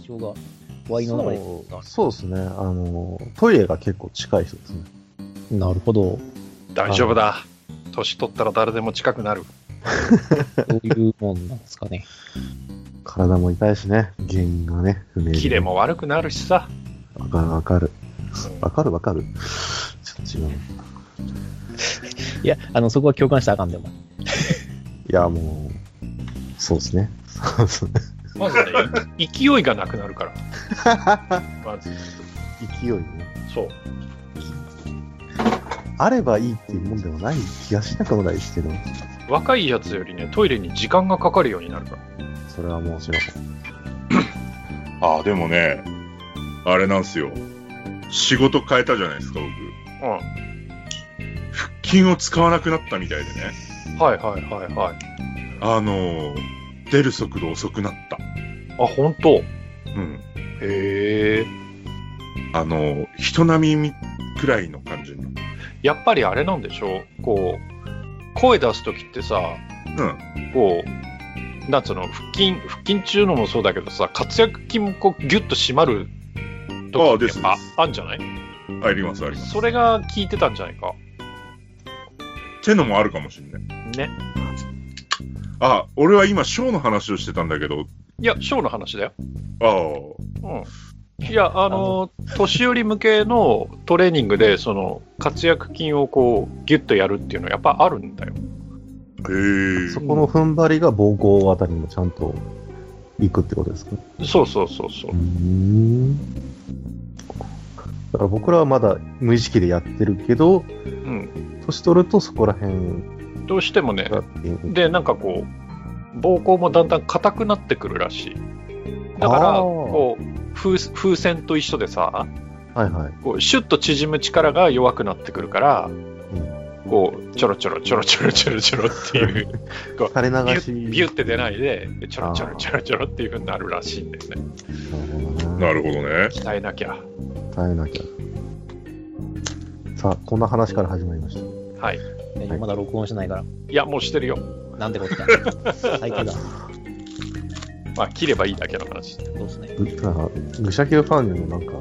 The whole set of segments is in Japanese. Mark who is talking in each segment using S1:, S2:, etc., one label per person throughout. S1: 印象が、ワイの中に。
S2: そうそうですね。あの、トイレが結構近い人ですね。
S1: なるほど。
S3: 大丈夫だ。年取ったら誰でも近くなる。
S1: どういうもんなんですかね。
S2: 体も痛いしね。原因がね、不明で
S3: キレも悪くなるしさ。
S2: わかるわかる。わかるわかる。ちょっと違う。
S1: いや、あの、そこは共感したらあかんでも。
S2: いや、もう、そうですね。そうですね。
S3: まずね、い勢いがなくなるから。まず、
S2: 勢いね。
S3: そう。
S2: あればいいっていうもんでもない気がしなくもないですけど、
S3: 若いやつよりね、トイレに時間がかかるようになるから。
S2: それはもちろん。
S4: あ、でもね、あれなんですよ。仕事変えたじゃないですか、僕。
S3: う
S4: 腹筋を使わなくなったみたいでね。
S3: ん。はいはいはいはい。
S4: あのー、出る速度遅くなった。
S3: あ、本当。
S4: うん。
S3: へえ。
S4: あのー、人並みくらいの感じに。
S3: やっぱりあれなんでしょう。こう、声出すときってさ、
S4: うん。
S3: こう、なんつうの、腹筋、腹筋中のもそうだけどさ、活躍筋もこう、ギュッと締まる
S4: ああ
S3: 時
S4: で
S3: っ
S4: す
S3: て
S4: で
S3: や
S4: す
S3: っぱあんじゃない
S4: あります、あります。
S3: それが効いてたんじゃないか。
S4: ってのもあるかもしれない。
S3: ね。
S4: あ、俺は今、ショーの話をしてたんだけど、
S3: いや、ショーの話だよ。
S4: ああ、
S3: うん。いや、あの、年寄り向けのトレーニングで、その、活躍筋をこう、ギュッとやるっていうのはやっぱあるんだよ。
S4: へえ。
S2: そこの踏ん張りが膀胱あたりもちゃんと行くってことですか
S3: そうそうそうそう
S2: うー。ん。だから僕らはまだ無意識でやってるけど、
S3: うん。
S2: 年取るとそこら辺
S3: どうしてもね、
S2: がっていう。
S3: で、なんかこう、膀胱もだんだん硬くなってくるらしい。だから、
S2: あー
S3: こう風、風船と一緒でさ、
S2: はいはい。
S3: こうシュッと縮む力が弱くなってくるから、こうちょろちょろちょろちょろちょろちょろっていう
S2: 垂
S3: ビ
S2: れ
S3: ュ
S2: 流し。
S3: ッビュッて出ないでちょろちょろちょろちょろっていうふうになるらしいんだよね
S2: な
S4: な
S2: る
S4: るほどね。
S3: 鍛えなきゃ
S2: ほどな。耐えなきゃ。さあ、こんな話から始まりました。
S3: はい
S1: 大丈夫まだ録音してないから。
S3: いやもうしてるよ
S1: なんてことだ。最低だ。そ
S3: まあ切ればいいだけの話
S1: うですね。
S2: ぐなんか、ぐしゃきゅうファンにもなんか、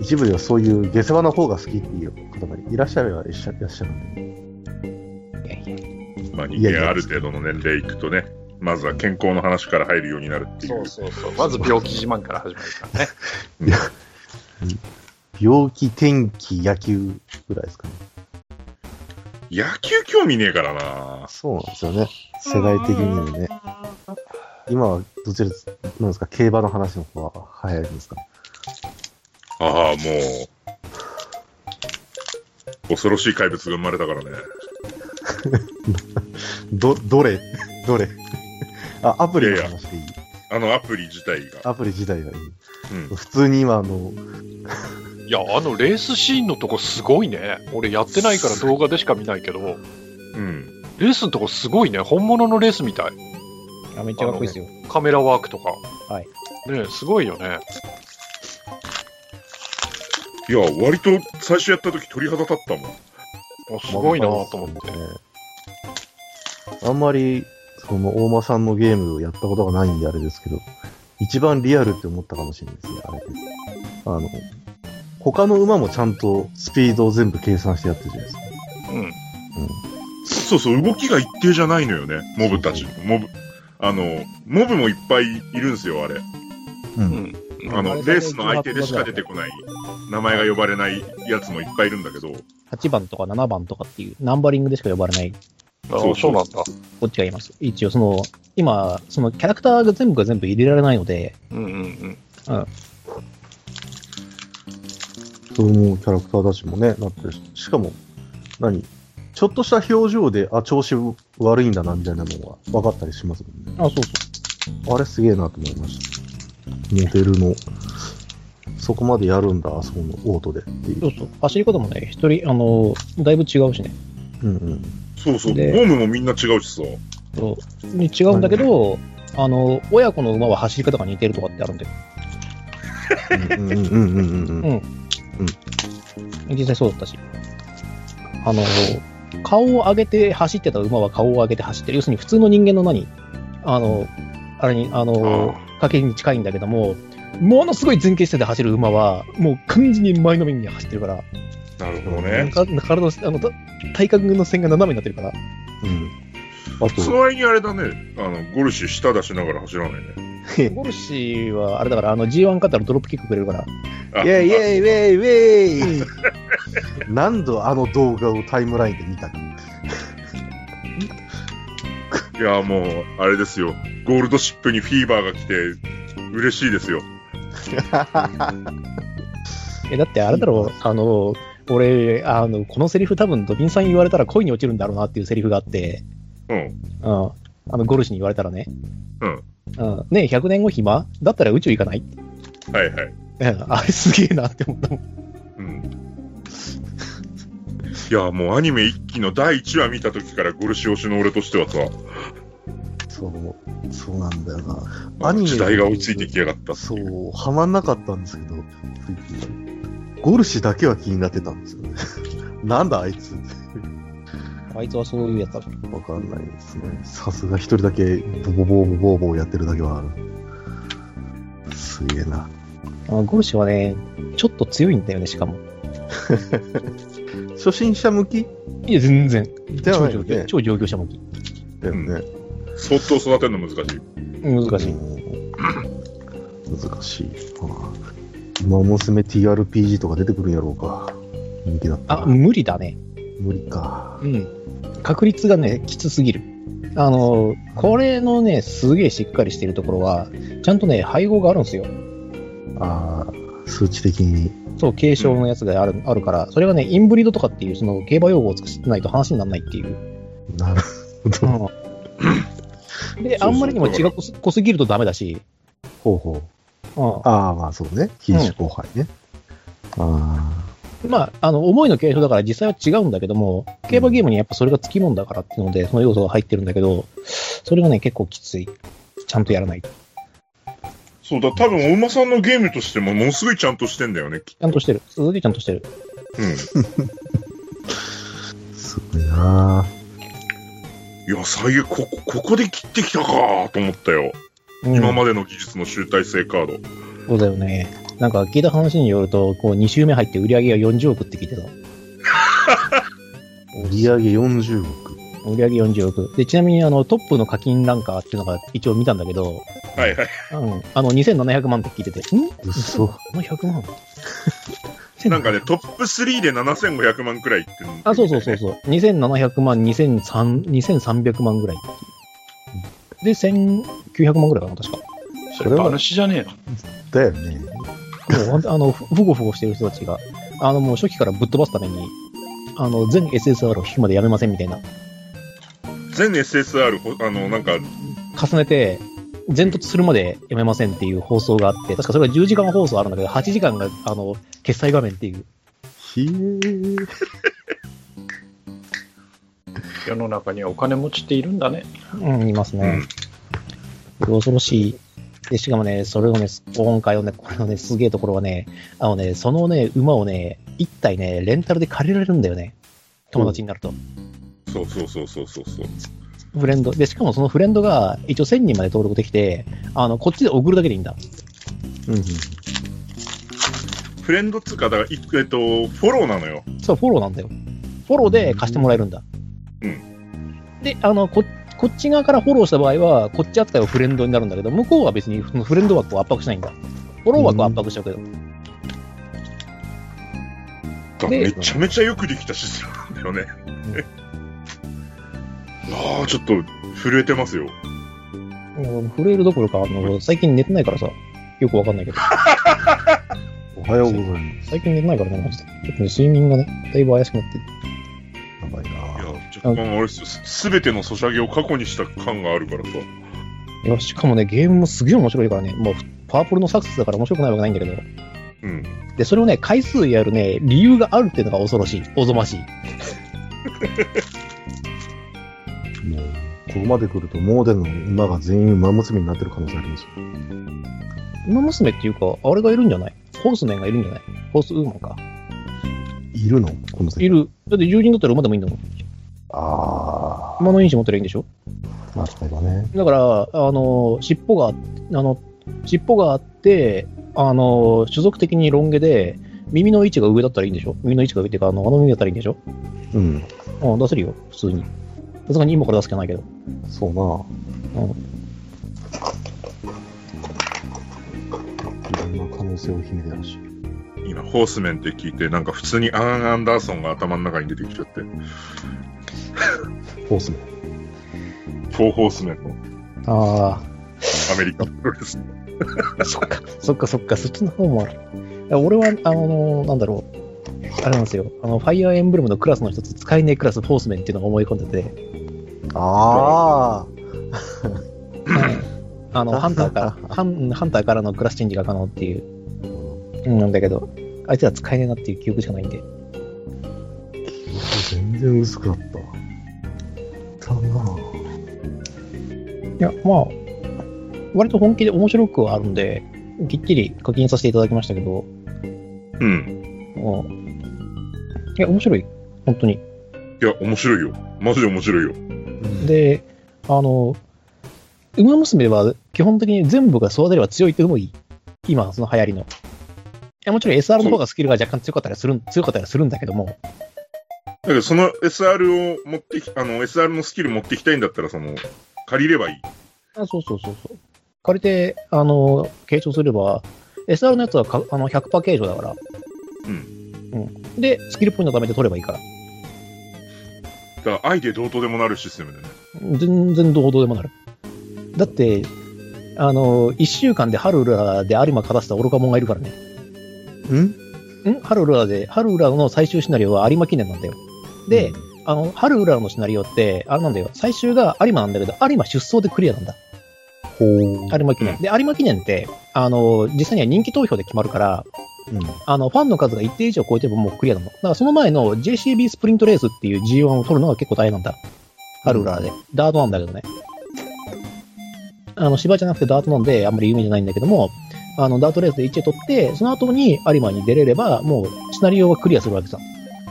S2: 一部ではそういう下世話の方が好きっていう方がいらっしゃるはいらっしゃいらっしゃるんで、
S4: まあ、人間ある程度の年齢いくとね、まずは健康の話から入るようになるっていう。
S3: そうそうまず病気自慢から始まるからね
S2: 病気、天気、野球ぐらいですかね。
S4: 野球興味ねえからな。
S2: そうなんですよね。世代的にもね。今はどちらなんですか、競馬の話の方が早いんですか。
S4: ああ、もう、恐ろしい怪物が生まれたからね。
S2: ど、どれどれあ、アプリの
S4: いやいや
S2: 話でいい。
S4: あのアプリ自体が。
S2: アプリ自体がいい。
S4: うん。
S2: 普通に今、あの、
S3: いやあのレースシーンのとこすごいね俺やってないから動画でしか見ないけど
S4: うん。
S3: レースのとこすごいね本物のレースみたい
S1: あめっちゃかっこいいですよ。
S3: カメラワークとか
S1: はい
S3: ねすごいよね
S4: いや、割と最初やった時鳥肌立ったもん。
S3: あすごいなと思って
S2: あんまり、その、大間さんのゲームをやったことがないんであれですけど、一番リアルって思ったかもしれないですね、あれ。あの、他の馬もちゃんとスピードを全部計算してやってるじゃないですか。
S3: うん
S4: そうそう、動きが一定じゃないのよね、モブたち。モブ、あの、モブもいっぱいいるんですよ、あれ。
S2: うん。
S3: う
S2: うん。
S3: ん
S4: あの、レースの相手でしか出てこない、名前が呼ばれないやつもいっぱいいるんだけど、
S1: 8番とか7番とかっていう、ナンバリングでしか呼ばれない、
S3: あ
S4: そう
S3: そうなんだ。
S1: こっちがいます。一応、その、今、そのキャラクターが全部が全部入れられないので、
S3: うんうんうん。
S2: そう思うキャラクターたちもね、なってるし、しかも、何ちょっとした表情で、あ、調子悪いんだな、みたいなのが分かったりしますもんね。
S1: あ、そうそう。
S2: あれすげえなと思いました。モデルの、そこまでやるんだ、あそこのオートでってい。
S1: そううそう。走り方もね、一人、あの、だいぶ違うしね。
S2: うんうん。
S4: そうそう、フ
S1: で
S4: ォームもみんな違うしさ。
S1: そうに違うんだけど、あの、親子の馬は走り方が似てるとかってあるんで、
S2: うんうんうんうんうんうん。
S1: 実際そうだったし。あの、顔を上げて走ってた馬は顔を上げて走ってる。要するに普通の人間の何あの、あれに、あの
S4: あ、
S1: 掛けに近いんだけども、ものすごい前傾姿勢で走る馬は、もう完全に前のめりに走ってるから、
S4: なるほど
S2: え
S4: ね。
S1: か体のあのた体格の線が斜めになってるから、
S2: うん。あ
S4: そ
S2: と、
S4: の割にあれだね、あの、ゴルシュ舌出しながら走らないね。
S1: ゴルシーは、あれだから、あの G1 勝ったらドロップキックくれるから、
S4: あ
S2: イェイイェイウェイウェイ何度あの動画をタイムラインで見たか。
S4: いや、もう、あれですよ。ゴールドシップにフィーバーが来て、嬉しいですよ。
S1: えだってあれだろう、あの、俺、あの、このセリフ多分ドビンさんに言われたら恋に落ちるんだろうなっていうセリフがあって、
S4: うん。
S1: うん、あのゴルシーに言われたらね、
S4: うん
S1: うん、ねえ100年後暇だったら宇宙行かない
S4: はいはい。
S1: うんあれすげえなって思ったもん。
S4: うん。 いや、もうアニメ一期の第1話見た時からゴルシュ推しの俺としてはさ、
S2: そう、そうなんだよな。アニメ
S4: 時代が追いついてきやがったって
S2: そ
S4: いう。
S2: う、はまんなかったんですけど、ゴルシだけは気になってたんですよね。 なんだあいつ
S1: あいつはそういうやつだろ。
S2: わかんないですね。さすが一人だけボボボボボボボやってるだけはある。すげえな。
S1: あのゴルシーはね、ちょっと強いんだよね、しかも。
S2: 初心者向き
S1: いや、全然。
S2: では
S1: 超
S2: ない
S1: 上
S2: よ
S1: 級
S2: ね。
S1: 超上級者向き。
S2: だよね。
S4: 相当育てるの難しい。
S1: 難しい。
S2: うん難しいな。馬娘 TRPG とか出てくるんやろうか。人気だった
S1: あ、
S2: ら。
S1: 無理だね。
S2: 無理か。
S1: うん。確率がね、きつすぎる。あの、これのね、すげえしっかりしてるところは、ちゃんとね、配合があるんですよ。
S2: ああ、数値的に。
S1: そう、継承のやつがある,、あるから、それがね、インブリードとかっていう、その、競馬用語を使ってないと話にならないっていう。
S2: なるほど。
S1: で、
S4: そう
S1: あんまりにも血が濃す濃すぎるとダメだし、
S2: ほうほう。
S1: うん、
S2: ああ、まあそうね。品種交配ね。あ
S1: まあ、あの、思いの継承だから実際は違うんだけども、競馬ゲームにやっぱそれがつきもんだからっていうので、その要素が入ってるんだけど、それがね、結構きつい。ちゃんとやらないと。ち
S4: そうだ、多分、お馬さんのゲームとしても、ものすごいちゃんとしてんだよね。き
S1: ゃんとしてる。すげえちゃんとしてる。
S4: うん。
S2: あ、すごいな。
S4: いや、最悪、ここ、ここで切ってきたかーと思ったよ。
S1: うん、
S4: 今までの技術の集大成カード。
S1: そうだよね。なんか聞いた話によると、こう、2周目入って売り上げが40億って聞いてた。
S2: 売り上げ40億。
S1: 売り上げ40億。で、ちなみにあの、トップの課金ランカーっていうのが一応見たんだけど、
S4: はいはい。
S1: うん、あの、2700万って聞いてて、ん
S2: 嘘。
S1: あの100万
S4: なんかね、トップ3で7500万くらいいってるんだよね
S1: あ、そうそうそうそう。2700万、2300 2300万ぐらい。で、1900万ぐらいかな、確か。
S3: そ
S2: れ
S3: れ
S2: は
S3: 馬主じゃねえの
S2: だよね。
S1: もうほんと、あの、ふふごふごしてる人たちが、あの、もう初期からぶっ飛ばすために、あの、全 SSR を引くまでやめませんみたいな。
S4: 全 SSR、ほあの、なんか、
S1: 重ねて、全突するまでやめませんっていう放送があって、確かそれが10時間放送あるんだけど、8時間が、あの、決済画面っていう。
S2: ひえー。
S3: 世の中にはお金持ちっているんだね。
S1: うん、います
S4: う
S1: ね
S4: ん。。
S1: 恐ろしい。で、しかもね、それをね、今回をね、これのね、すげえところはね、あのね、そのね、馬をね、一体ね、レンタルで借りられるんだよね。友達になると。
S4: そうそうそうそうそうそう。
S1: フレンド。で、しかもそのフレンドが、一応1000人まで登録できて、あの、こっちで送るだけでいいんだ。
S2: うんうん。
S4: フレンドっつうか、だから、いえっと、フォローなのよ。
S1: そう、フォローなんだよ。フォローで貸してもらえるんだ。
S4: うん
S1: で、あの、こ、こっち側からフォローした場合は、こっち扱いはフレンドになるんだけど、向こうは別にそのフレンド枠を圧迫しないんだ。フォロー枠を圧迫しちゃうけど。
S4: だ
S1: で
S4: めちゃめちゃよくできたシステムなんだよね。ああ、ちょっと、震えてますよ。
S1: もう震えるどころか、あの、最近寝てないからさ、よくわかんないけど、
S2: おはようございます。
S1: 最近寝てないからね、マジで。ちょっとね、睡眠がね、だいぶ怪しくなってる。
S2: やばい
S4: いや
S2: な。、
S4: ちょっと、あれですよ、すべてのソシャゲを過去にした感があるからさ。
S1: いや、しかもね、ゲームもすげえ面白いからね、もう、パワープルのサクセスだから面白くないわけないんだけど、
S4: うん。
S1: で、それをね、回数やるね、理由があるっていうのが恐ろしい、おぞましい。
S2: もう、ここまで来ると、モーデンの馬が全員馬娘になってる可能性ありますよ。
S1: 馬娘っていうか、あれがいるんじゃないホースメンがいるんじゃないホースウーマンか。
S2: いるのこの世界
S1: い。る。だって、獣人だったら馬でもいいんだもん。
S2: ああ。
S1: 馬の因子持ってりゃいいんでしょ
S2: なるほどね。
S1: だから、あの、尻尾が、あの、尻尾があって、あの、種族的にロン毛で、耳の位置が上だったらいいんでしょ耳の位置が上っていうか、あの、あの耳だったらいいんでしょ
S2: うん。
S1: うん、出せるよ、普通に。さすがに今から出す気はないけど。
S2: そうな。
S1: うん
S2: いろんな可能性を秘めてらっしゃる。
S4: 今、ホースメンって聞いて、なんか普通にアン・アンダーソンが頭の中に出てきちゃって、フ
S2: フォースも。
S4: ォーホースメンの
S1: あ
S4: アメリカンプロレス。
S1: あ、 そっか、そっか、そっか、そっちの方もある。いや俺は、あの、なんだろう。あれなんですよ。あの、ファイアーエンブレムのクラスの一つ、使えねえクラス、フォースメンっていうのが思い込んでて、
S2: あ
S1: あの、ハンターから、ハンハンターからのクラスチェンジが可能っていう。う
S2: あ。
S1: ん、なんだけど、あいつら使えねえなっていう記憶しかないんで。
S2: 全然薄かった。だなぁ。
S1: いや、まあ、割と本気で面白くはあるんで、きっちり課金させていただきましたけど、う
S4: うん。
S1: ん。いや、面白い。本当に。
S4: いや、面白いよ。マジで面白いよ。
S1: で、あの、馬娘は基本的に全部が育てれば強いっていうのもいい。今、その流行りの。いや、もちろん SR の方がスキルが若干強かったりするん、強かったりするんだけども、
S4: だけど、その SR を持ってき、あの、SR のスキル持ってきたいんだったら、その、借りればいい。
S1: あそうそうそうそう。借りて、あの、継承すれば、SR のやつはかあの100%継承だから。うん。で、スキルポイント貯めて取ればいいから。
S4: だから、愛で同等でもなるシステムでね。
S1: 全然どうどうでもなる。だって、あの、1週間でハルウラで有馬勝たせた愚か者がいるからね。
S2: うん
S1: んハルウラで、ハルウラの最終シナリオは有馬記念なんだよ。で、、あの、ハルウラのシナリオって、あれなんだよ、最終が有馬なんだけど、有馬出走でクリアなんだ。
S2: ほう。
S1: 有馬記念。で、有馬記念って、あの、実際には人気投票で決まるから、
S2: うん。
S1: あの、ファンの数が一定以上超えてももうクリアなの。だからその前の JCB スプリントレースっていう G1 を取るのが結構大変なんだ。ハルウラーで。ダートなんだけどね。あの、芝じゃなくてダートなんで、あんまり有名じゃないんだけども、あの、ダートレースで1位取って、その後に有馬に出れれば、もう、シナリオがクリアするわけさ。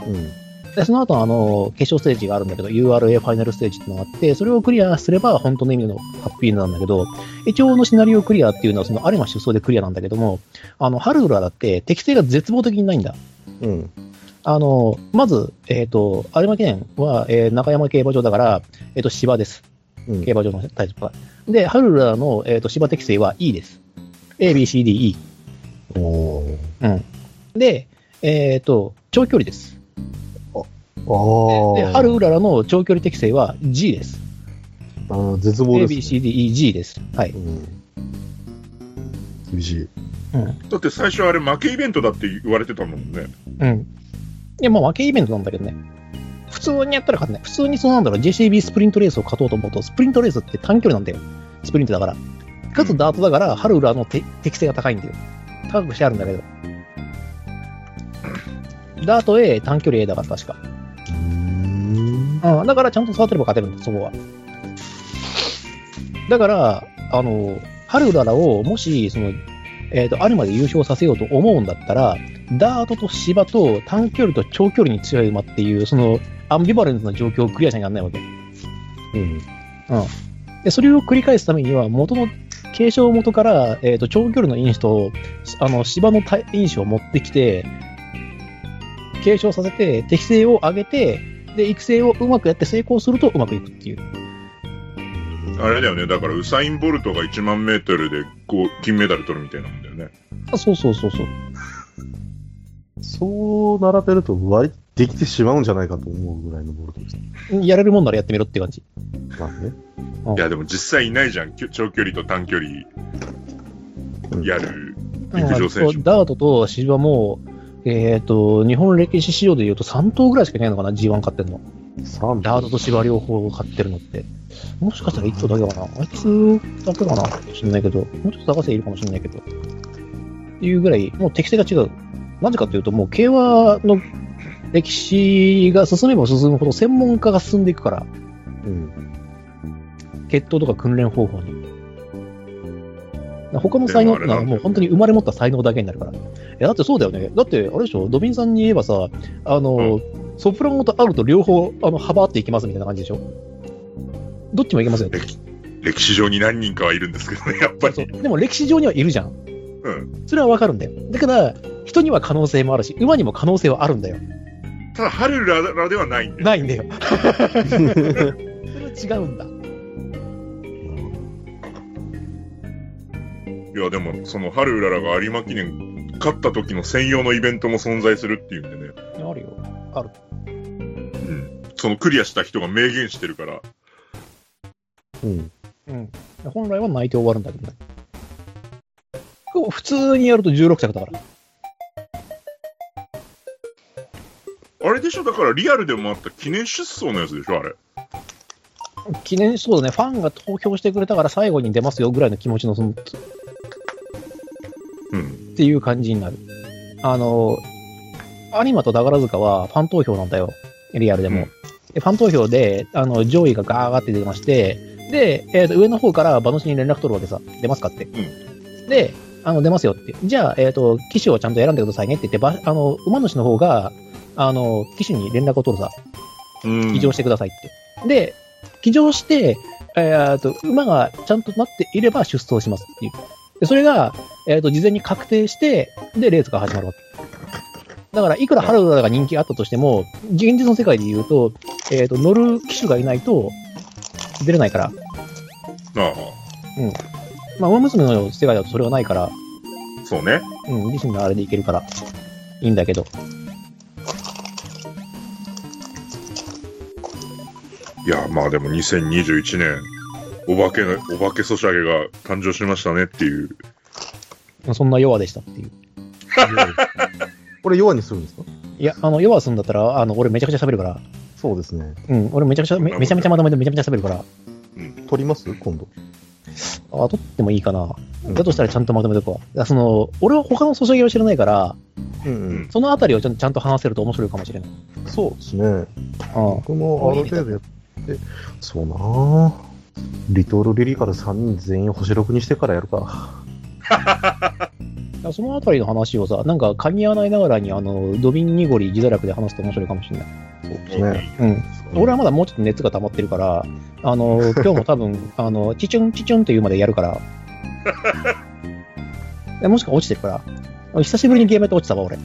S2: うん。
S1: で、その後、あの、決勝ステージがあるんだけど、URA ファイナルステージってのがあって、それをクリアすれば、本当の意味のハッピーエンドなんだけど、一応のシナリオクリアっていうのは、その、有馬出走でクリアなんだけども、あの、ハルウラだって、適性が絶望的にないんだ。
S2: うん。
S1: あの、まず、えっ、と、有馬記念は、えー中山競馬場だから、えっ、と、芝です。
S2: うん
S1: 競。馬場のタイトルは。で、ハルラの、えっ、と、芝適正は E です。A, B, C, D, E。
S2: お
S1: で、えっ、と、長距離です。
S2: ー。
S1: で、
S2: ああ。
S1: ハルラの長距離適正は G です。
S2: あの絶望
S1: A,
S2: です、ね。
S1: B, C, D, E, G です。はい。
S2: うん。厳しい。
S1: うん。
S4: だって最初あれ負けイベントだって言われてたもんね。
S1: うん。いや、まあ、負けイベントなんだけどね。普通にやったら勝てない。普通にそうなんだろう、JCB スプリントレースを勝とうと思うと、スプリントレースって短距離なんだよ。スプリントだから。かつダートだから、ハルウラのて適性が高いんだよ。高くしてあるんだけど。ダート A、短距離 A だから確か。
S2: うーん。
S1: うん、だからちゃんと育てれば勝てるんだ、そこは。だから、あの、ハルウララをもし、その、えっ、と、アルマで優勝させようと思うんだったら、ダートと芝と短距離と長距離に強い馬っていう、その、アンビバレンスな状況をクリアしなきゃならないわけ。
S2: うん。
S1: で、それを繰り返すためには、元の、継承元から、えっ、と、長距離の因子と、あの、芝の対因子を持ってきて、継承させて、適性を上げて、で、育成をうまくやって成功するとうまくいくっていう。
S4: あれだよね。だから、ウサイン・ボルトが1万メートルで、こう、金メダル取るみたいなもんだよね。
S1: あそうそうそうそう。
S2: そう並べると割りできてしまうんじゃないかと思うぐらいのボルトです。
S1: やれるもんならやってみろって感じ。
S2: まあね。
S4: いや、でも実際いないじゃん。きょ長距離と短距離
S2: うん
S4: や。る陸上選
S1: う
S4: 手
S1: ん。ダートと芝も、えっ、と、日本歴史史上で言うと3頭ぐらいしかいないのかな、G1 買ってんの。
S2: 三
S1: ダートと芝両方買ってるのって。もしかしたら1頭だけかな。あいつだけかなかもしんないけど、もうちょっと高瀬いるかもしんないけど。っていうぐらい、もう適性が違う。なぜかというと、もう競馬の歴史が進めば進むほど専門家が進んでいくから、
S2: うん。
S1: 血統とか訓練方法に。他の才能ってのは
S4: でもあれなんだよ
S1: もう本当に生まれ持った才能だけになるから。え、だってそうだよね。だって、あれでしょ、ドビンさんに言えばさ、あの、ソプラノとアルと両方、あの、幅あっていきますみたいな感じでしょ。どっちもいけますよ。
S4: 歴歴史上に何人かはいるんですけどね、 やっぱり。
S1: そうでも歴史上にはいるじゃん。
S4: うん。
S1: それはわかるんだよ。だから、人には可能性もあるし、馬にも可能性はあるんだよ。
S4: ただ、ハルララではないんで。
S1: ないんだよ。それは違うんだ。
S4: いや、でも、その、ハルララが有馬記念、勝った時の専用のイベントも存在するっていうんでね。
S1: あるよ。
S4: うん。そのクリアした人が明言してるから。
S2: うん。
S1: うん。本来は泣いて終わるんだけどね。こう普通にやると16着だから。
S4: あれでしょだからリアルでもあった記念出走のやつでしょあれ。
S1: 記念、そうだね、ファンが投票してくれたから最後に出ますよぐらいの気持ちの、その、っ
S4: うん。
S1: ていう感じになる。あの、有馬と宝塚はファン投票なんだよ。リアルでも。
S4: うん
S1: でファン投票で、あの、上位がガーガーって出まして、で、えーと、上の方から馬主に連絡取るわけさ。出ますかって。で、あの、出ますよって。じゃあ、えっ、と、機種をちゃんと選んでくださいねって言って、ばあの、馬主の方が、あの、機種に連絡を取るさ。
S4: うん
S1: 騎乗してくださいって。で、騎乗して、えー、と馬がちゃんとなっていれば出走しますっていう。でそれが、えー、と事前に確定して、で、レースが始まるわけ。だから、いくらハルダが人気あったとしても、現実の世界で言うと、えー、と乗る騎手がいないと出れないから、
S4: あ
S1: まあ、馬娘の世界だとそれはないから、
S4: あ、そうね。
S1: うん、自身のあれでいけるから、いいんだけど。
S4: いや、まあでも2021年、お化けの、お化けソシャゲが誕生しましたねっていう。
S1: そんな弱でしたっていう。
S2: これ、弱にするんですか
S1: いや、あの、弱すんだったら、あの、俺めちゃくちゃ喋るから。
S2: そうですね。
S1: うん、俺めちゃくちゃ、めめちゃめちゃまとめてめちゃめちゃ喋るから。
S2: 取ります今度。
S1: あ、取ってもいいかな。だとしたらちゃんとまとめとこう。あその、俺は他のソシャゲを知らないから、
S2: うん
S1: そのあたりをちゃんちゃんと話せると面白いかもしれない。
S2: うん。そうですね。
S1: うん。
S2: 僕もある程度やって、そうなぁ。リトルリリカル3人全員星6にしてからやるか。
S1: だからそのあたりの話をさ、なんか噛み合わないながらに、あの、ドビンニゴリ、ギザラクで話すと面白いかもしれない。
S2: そうですね。
S1: うん。俺はまだもうちょっと熱が溜まってるから、あ の、今日も多分、あの、チチュンチチュンっていうまでやる から。でもしくは落ちてるから。久しぶりにゲームやって落ちたわ、俺。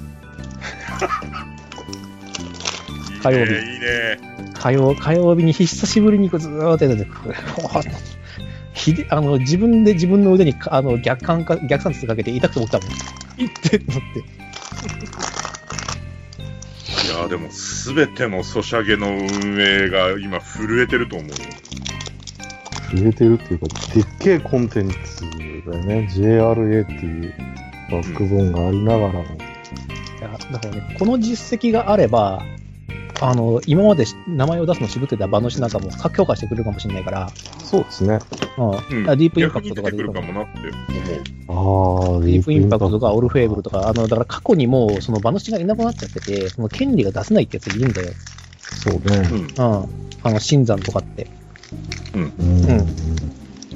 S1: 火曜日
S4: いいね。
S1: 火曜火曜日に久しぶりにこうずーっとやってて、 ひであの自分で自分の腕にあの逆感か逆算術かけて痛くて思ったもん。いってと思って。
S4: いいね。いや、でもすべてのソシャゲの運営が今震えてると思うよ。
S2: 入れてるっていうか、でっけえコンテンツだよね。JRA っていうバックボーンがありながらも。
S1: いやだからね、この実績があれば、あの今までし名前を出すの渋ってた馬主なんかも強化してくれるかもしれないから、
S2: そうですね。
S1: うん
S4: うん
S1: だからディープインパ
S4: 逆
S1: クトとかで
S4: に出て
S1: い
S4: く
S1: いか
S4: るか
S1: も。
S4: もなって思う。
S2: あー、
S1: ディープインパクトとかオルフェーブル
S2: と
S1: とか、あのだから過去にもうその馬主がいなくなっちゃってて、その権利が出せないってやついるんだよ。
S2: か。そうね。
S4: うん。
S1: うん、あの新山とかって。
S2: うん。
S1: うん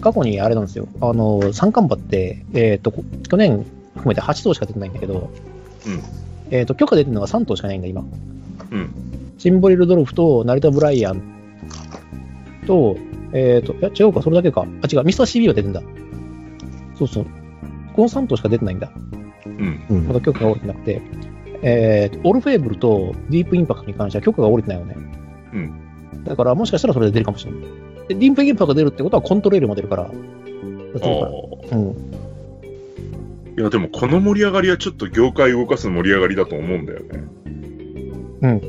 S1: 過去にあれなんですよ、あの三冠馬って、えーと、こ去年含めて8頭しか出てないんだけど、
S4: うん
S1: えーと許可出てるのが3頭しかないんだ、今。
S4: うん。
S1: シンボリルドルフと成田ブライアンと、えーと、いや、違うか、それだけか。あ、違う、ミスター CB は出てんだ。そうそう。この3頭しか出てないんだ。
S4: うん。
S2: うん
S1: まだ許可が下りてなくて。えーと、オルフェーブルとディープインパクトに関しては許可が下りてないよね。
S4: う
S1: だから、もしかしたらそれで出るかもしれない。で、ディープインパクトが出るってことはコントレールも出るから。出
S4: あ
S1: てるか
S4: あ。
S1: らうん。
S4: いや、でもこの盛り上がりはちょっと業界動かす盛り上がりだと思うんだよね。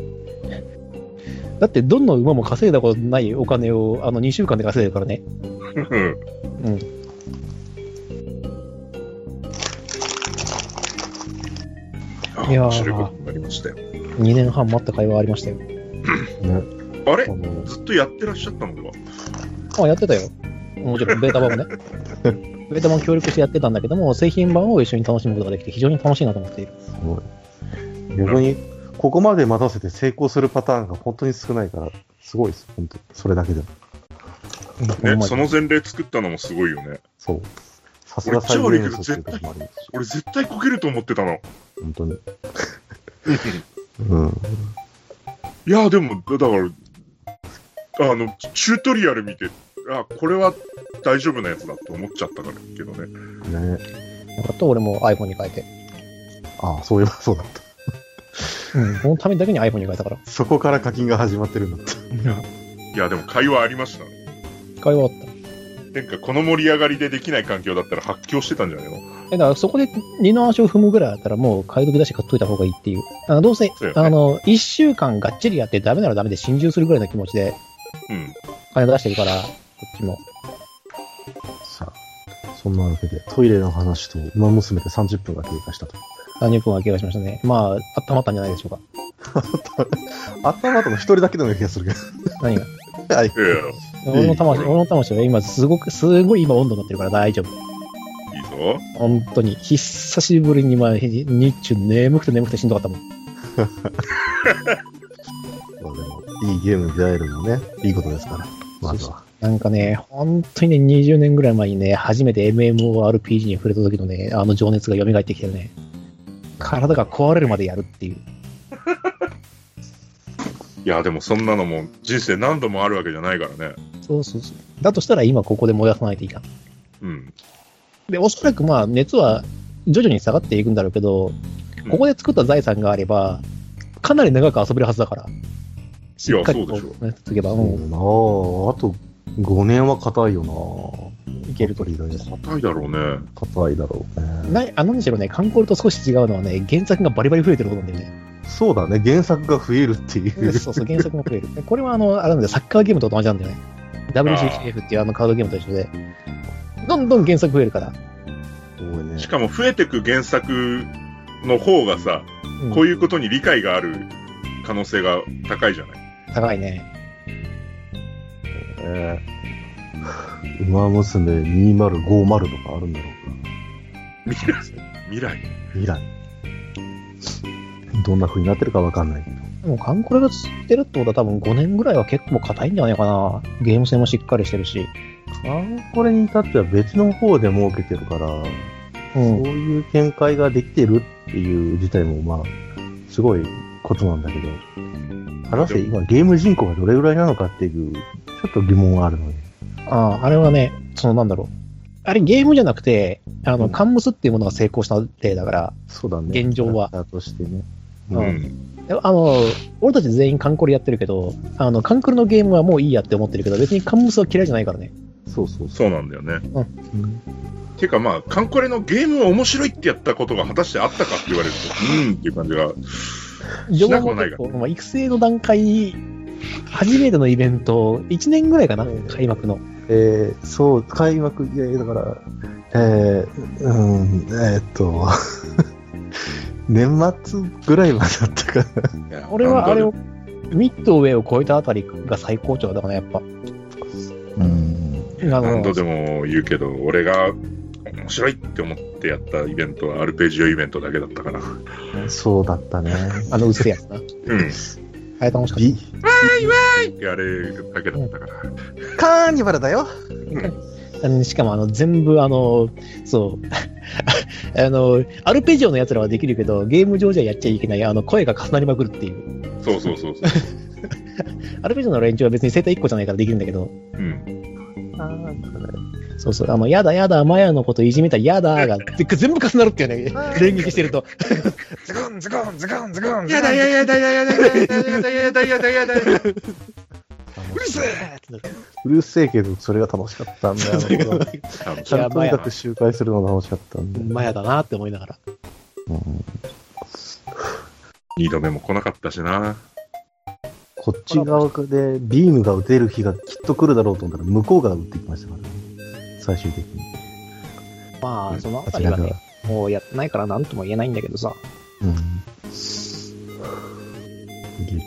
S1: だってどんな馬も稼いだことないお金をあの2週間で稼いでるからね。
S4: うん
S1: うん。
S4: あ
S1: いやー
S4: 面白いことになりましたよ。
S1: 2年半待った会話ありましたよ。
S2: ね
S4: あ
S2: あ
S4: れ
S2: の
S4: ずっとやってらっしゃったのか。
S1: あ、やってたよ。もちろんベータ版も ね。ベータ版協力してやってたんだけども、製品版を一緒に楽しむことができて非常に楽しいなと思っている。
S2: すごい。逆に、ここまで待たせて成功するパターンが本当に少ないから、すごいです、本当それだけでも。
S1: うん
S4: ね、その前例作ったのもすごいよね。
S2: そう。さすが最後演奏っていうこともありますし、
S4: 俺絶対こけると思ってたの。
S2: 本当に。 うん。
S4: いや、でも、だだから、あの、チュートリアル見て、あ、これは大丈夫なやつだって思っちゃったからけどね。
S2: ね
S1: よかった、俺も iPhone に変えて。
S2: ああ、そういえばそうだった。
S1: うん、このためだけに iPhone に変えたから。
S2: そこから課金が始まってるんだって。
S4: いや、でも会話ありましたね。
S1: 会話あった。
S4: なんかこの盛り上がりでできない環境だったら発狂してたんじゃないの
S1: え、だからそこで二の足を踏むぐらいだったらもう買い時だし買っといた方がいいっていう。あのどうせ、
S4: そうよね
S1: あの、一週間がっちりやってダメならダメで心中するぐらいの気持ちで
S4: うん。
S1: 金出してるから、こっちも。
S2: さあ、そんなわけで、トイレの話と、馬娘で30分が経過したと。
S1: 30分は経過しましたね。まあ、温まったんじゃないでしょうか。
S2: 頭との一人だけのような気がするけ
S1: 何が。
S2: ど。はい。
S4: ええ
S1: 俺の魂、
S4: これ
S1: 俺の魂が今すごく、すごい今温度になってるから大丈夫。
S4: いいぞ。
S1: 本当に、久しぶりに、まあ、日日中眠くて眠くてしんどかったもん。
S2: まあでも、いいゲームに出会えるのもね、いいことですから。まずは。
S1: なんかね、本当にね、20年ぐらい前にね、初めて MMORPG に触れた時のね、あの情熱が蘇ってきてね、体が壊れるまでやるっていう。
S4: いや、でもそんなのも人生何度もあるわけじゃないからね。
S1: そうそうそう。だとしたら今ここで燃やさないといかん。
S4: うん。
S1: で、おそらくまあ、熱は徐々に下がっていくんだろうけど、ここで作った財産があれば、かなり長く遊べるはずだから。しっかりこ
S4: そうで
S1: う、ね、続けば、、
S2: そううんだなああと5年は硬いよな。
S1: いけると。
S2: りだね。
S4: 硬いだろうね。
S2: 硬いだろう
S1: な
S2: ね。
S1: あ何しろね、観光と少し違うのはね、原作がバリバリ増えてることなんだよね。
S2: そうだね、原作が増えるっていう。
S1: そうそう、原作も増える。でこれはあの、あれなんだよサッカーゲームと同じなんだよね。WCF っていうあのカードゲームと一緒で、どんどん原作増えるから。
S2: 多いね
S4: しかも増えてく原作の方がさ、
S1: うん
S4: こういうことに理解がある可能性が高いじゃない。
S1: 高いね。
S2: えー、馬娘2050とかあるんだろ
S4: 未来。未来。
S2: うか。未来。どんな風になってるかわかんないけど。
S1: でも、カンコレが釣ってるってことは多分5年ぐらいは結構硬いんじゃないかな。ゲーム性もしっかりしてるし。
S2: あんこれに至っては別の方で儲けてるから、
S1: う。
S2: そうんいう見解ができてるっていう事態もまあ、すごいことなんだけど、果たして今ゲーム人口がどれぐらいなのかっていう、ちょっと疑問があるので。
S1: ああ、あれはね、そのなんだろう。あれゲームじゃなくて、あの、カンムスっていうものが成功した例だから、
S2: そうだね。
S1: 現状は
S2: キャラクターとしてね。
S1: うん
S4: うん。
S1: あの、俺たち全員カンコレやってるけど、あの、カンコレのゲームはもういいやって思ってるけど、別にカンムスは嫌いじゃないからね。
S2: そうそうそう。
S4: そうなんだよね。
S2: うん
S4: てかまあ、カンコレのゲームを面白いってやったことが果たしてあったかって言われると、うんっていう感じが。
S1: 情
S4: しなく
S1: 報
S4: もない
S1: 結
S4: が
S1: 構、まあ、育成の段階、初めてのイベント、1年ぐらいかな、開幕の。
S2: えー、そう、開幕、いや、だから、えー、うん、えーっと、 年末ぐらいまでだったかな。
S4: いや
S1: 俺はあれ。
S4: なん
S1: を
S4: か、
S1: ミッドウェイを超えたあたりが最高潮だからね、やっぱ。
S2: うん。
S1: あ
S4: 何
S1: の
S4: 度でも言うけど、俺が面白いって思ってやったイベントはアルペジオイベントだけだったから。う
S2: そうだったね。
S1: あの、うっせえやつな。
S4: ん。
S1: あれ楽しかっ
S2: ビ
S4: あれだけだったから。
S2: カーニバルだよ
S1: たあの。しかも、あの、全部、あの、そう、 あの、アルペジオのやつらはできるけど、ゲーム上じゃやっちゃいけない、あの、声が重なりまくるっていう。
S4: そうそうそうそう。
S1: アルペジオの連中は別に生体1個じゃないからできるんだけど、
S4: うん。
S2: あー
S1: そうそう、あの、やだやだ、マヤのこといじめた、やだーが、で全部重なるっていうね、連撃してると。
S5: ズコンズコンズコンズコン
S6: やだややだややだやだやだやだやだやだやだ
S1: うるせえってなる
S2: うるせえけど、それが楽しかったんだ よ。
S1: そう
S2: 僕は
S4: 多分
S2: ちゃんとにかく周回するのが楽しかったんで。
S1: マヤだなって思いながら。
S2: うん
S4: 二度目も来なかったしな。
S2: こっち側でビームが打てる日がきっと来るだろうと思ったら、向こうが打ってきましたからね。最終的に。
S1: まあ、そのあ
S2: あ
S1: た
S2: ち
S1: り
S2: ら
S1: は
S2: が
S1: ね、もうやってないからなんとも言えないんだけどさ。
S2: うん。激闘。